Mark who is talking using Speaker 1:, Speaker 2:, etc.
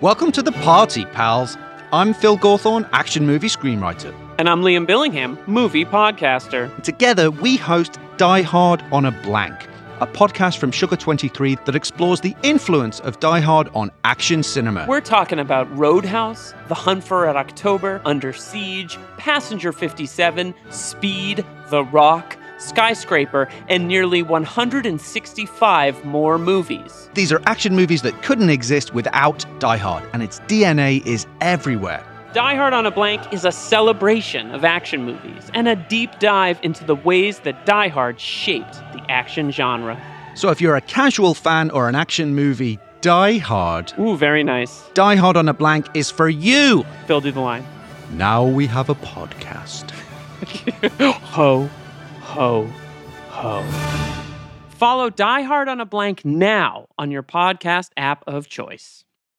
Speaker 1: Welcome to the party, pals. I'm Phil Gawthorne, action movie screenwriter.
Speaker 2: And I'm Liam Billingham, movie podcaster.
Speaker 1: Together, we host Die Hard on a Blank, a podcast from Sugar23 that explores the influence of Die Hard on action cinema.
Speaker 2: We're talking about Roadhouse, The Hunt for Red October, Under Siege, Passenger 57, Speed, The Rock, Skyscraper, and nearly 165 more movies.
Speaker 1: These are action movies that couldn't exist without Die Hard, and its DNA is everywhere.
Speaker 2: Die Hard on a Blank is a celebration of action movies and a deep dive into the ways that Die Hard shaped the action genre.
Speaker 1: So if you're a casual fan or an action movie Die Hard,
Speaker 2: Ooh, very nice.
Speaker 1: Die Hard on a Blank is for you.
Speaker 2: Phil, do the line.
Speaker 1: Now we have a podcast.
Speaker 2: ho, ho, ho. Follow Die Hard on a Blank now on your podcast app of choice.